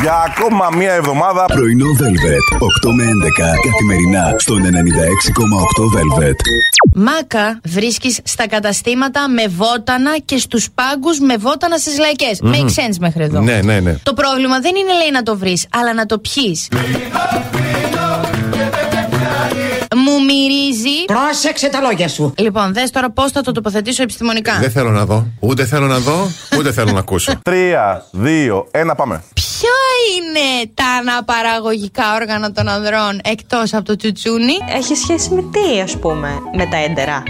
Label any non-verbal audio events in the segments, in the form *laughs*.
Για ακόμα μία εβδομάδα. Πρωινό Velvet. 8 με 11 καθημερινά στον 96,8 Velvet. Μάκα βρίσκεις στα καταστήματα με βότανα και στους πάγκους με βότανα στις λαϊκε Make sense μέχρι εδώ. Ναι, ναι, ναι. Το πρόβλημα δεν είναι λέει να το βρεις, αλλά να το πιει. Μου μυρίζει. Πρόσεξε τα λόγια σου. Λοιπόν, δες τώρα πώς θα το τοποθετήσω επιστημονικά. Δεν θέλω να δω. Ούτε θέλω να δω, ούτε θέλω να ακούσω. *laughs* Τρία, δύο, ένα, πάμε. Ποια είναι τα αναπαραγωγικά όργανα των ανδρών εκτός από το τσουτσούνι. Έχει σχέση με τι, ας πούμε, με τα έντερα.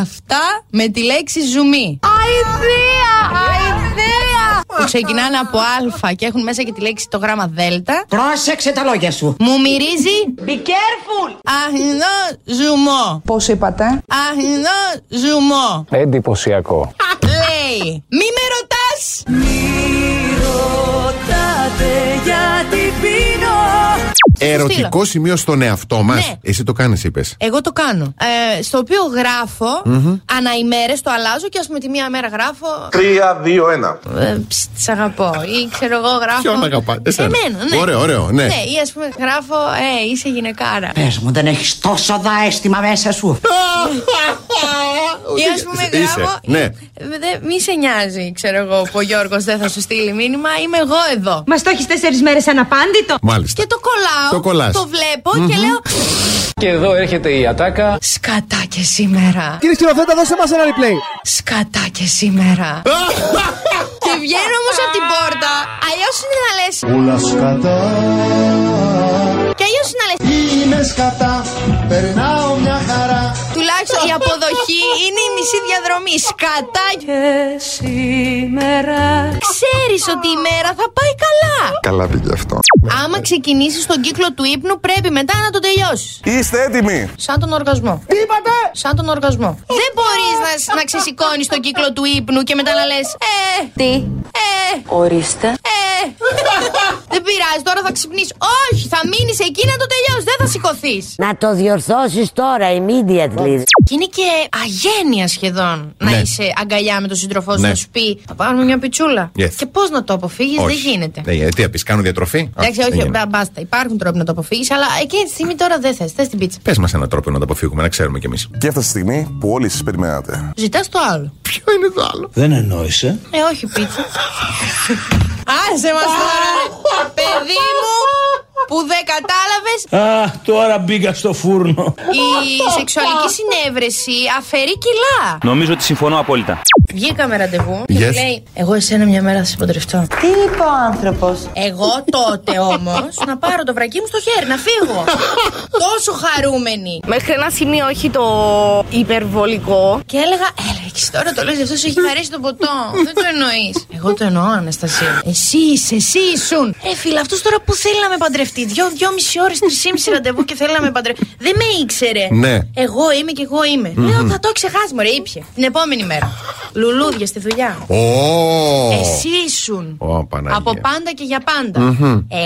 Αυτά με τη λέξη ζουμί. Αηδία! Αηδία! Που ξεκινάνε από Α και έχουν μέσα και τη λέξη το γράμμα Δέλτα. Πρόσεξε τα λόγια σου. Μου μυρίζει Be careful. αχνό ζουμό. Πώς είπατε? Αχνό ζουμό. Εντυπωσιακό. Λέει. Μη με ρωτάς! Ερωτικό σημείο στον εαυτό μας. Ναι. Εσύ το κάνεις, είπες. Εγώ το κάνω. Ε, στο οποίο γράφω αναημέρες, το αλλάζω και ας πούμε τη μία μέρα γράφω. Τρία, δύο, ένα. Ε, ψ, τις αγαπώ. Ή ξέρω εγώ γράφω. Ποιον αγαπά, εσένα. Εμένα, ναι. Ωραίο, ωραίο, ναι. Ναι, ή ας πούμε γράφω, Ε, είσαι γυναικάρα. Πες μου, δεν έχεις τόσο δαέστημα μέσα σου. Ή ας πούμε Είσαι, γράφω. ναι. «Ε, δε- μη σε νοιάζει, ξέρω εγώ, που ο Γιώργος δεν θα σου στείλει μήνυμα. Είμαι εγώ εδώ. Μας το έχεις τέσσερις μέρες αναπάντητο. Μάλιστα. Και το κολλάω. Το κολλάς. βλέπω και λέω. Και εδώ έρχεται η ατάκα. Σκατά και σήμερα. Κύριε Χτυροθέτα, δώσε μας ένα replay. Σκατά και σήμερα. και βγαίνω όμως από την πόρτα. Αλλιώς είναι να λες. Όλα σκατά, Και αλλιώς είναι να λες. είμαι σκατά, περνάω μια χαρά. Τουλάχιστον η αποδοχή είναι η μισή διαδρομή. Σκατά και σήμερα. Ξέρεις ότι η μέρα θα πάει καλά. Καλά πήγε αυτό. Άμα ξεκινήσεις τον κύκλο του ύπνου, πρέπει μετά να τον τελειώσεις. Είστε έτοιμοι. Σαν τον οργασμό. Τι είπατε! Σαν τον οργασμό. Δεν μπορείς να, να ξεσηκώνεις τον κύκλο του ύπνου και μετά να λες. Ε! Τι? Ε! Ορίστε. Ε! Δεν πειράζει, τώρα θα ξυπνήσεις. Όχι, θα μείνεις εκεί να το τελειώσεις. Δεν θα σηκωθείς. Να το διορθώσεις τώρα, immediately. Και είναι και αγένεια σχεδόν να Ναι. είσαι αγκαλιά με τον σύντροφό σου Ναι. να σου πει Θα πάρουμε μια πιτσούλα. Yes. Και πώς να το αποφύγεις, δεν γίνεται. Ναι, γιατί, τι θα πεις, κάνω διατροφή. Εντάξει, Α, δεν όχι, γίνεται. μπα- μπάστα. Υπάρχουν τρόποι να το αποφύγεις, αλλά εκείνη τη στιγμή τώρα δεν θες. Θες την πίτσα. Πες μας έναν τρόπο να το αποφύγουμε, να ξέρουμε κι εμείς. Και έφτασε η στιγμή που όλοι σας περιμένατε. Ζητάς το άλλο. Ποιο είναι το άλλο. Δεν εννοήσε. Ε, όχι πίτσα. *laughs* Άσε μας τώρα, παιδί μου, που δεν κατάλαβες, Α, τώρα μπήκα στο φούρνο. η σεξουαλική συνέβρεση αφαιρεί κιλά. Νομίζω ότι συμφωνώ απόλυτα. Βγήκαμε ραντεβού και Yes. μου λέει, εγώ εσένα μια μέρα θα σε παντρευτώ. Τι είπε ο άνθρωπος. Εγώ τότε όμως να πάρω το βρακί μου στο χέρι, να *laughs* φύγω. Τόσο χαρούμενη. Μέχρι ένα σημείο όχι το υπερβολικό. Και έλεγα, έλεγε και εσύ τώρα το λες, αυτός σου έχει χαρέσει το ποτό. Δεν το εννοείς. Εγώ το εννοώ, Αναστασία. Εσύ είσαι, εσύ ήσουν. Ε, φίλε, αυτός τώρα που θέλει να με παντρευτεί. Δυο, δυόμιση ώρε, τρισήμιση ραντεβού και θέλει να με παντρευτεί. Δεν με ήξερε. Ναι. Εγώ είμαι και εγώ είμαι. Λέω, θα το ξεχάσει, μωρέ, ήπια. Την επόμενη μέρα. Λουλούδια στη δουλειά. Ω! Εσύ ήσουν. Ω, ναι, Παναγία. Από πάντα και για παντα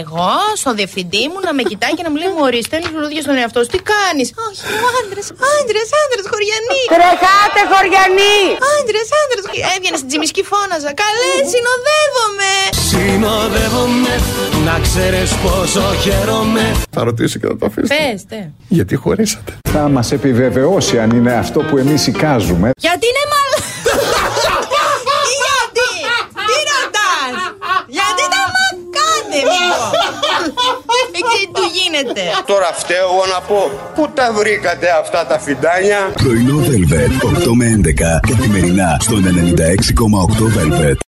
Εγώ στον διευθυντή μου να με κοιτάει και να μου λέει: Μωρή, στέλνεις λουλούδια στον εαυτό σου. Τι κάνεις. Όχι, άντρε, άντρε, άντρε, χωριανή. Τρεχάτε, χωριανοί. Άντρε, άντρε. Έβγαινες στην τσιμισκή, φώναζα. Καλέ, συνοδεύομαι. Συνοδεύομαι, να ξέρεις πόσο χαίρομαι. Θα ρωτήσω και θα το αφήσω. Πεστε. Γιατί χωρίσατε. Θα μας επιβεβαιώσει αν είναι αυτό που εμείς εικάζουμε. Γιατί είναι μαλά. *laughs* Γιατί. Τι ρωτά. Γιατί τα μακάτε, μήπω. Δεν ξέρει τι του γίνεται. Τώρα φταίω εγώ να πω. Πού τα βρήκατε αυτά τα φιντάνια. Πρωινό Velvet. 8 με 11 καθημερινά στον 96,8 Velvet.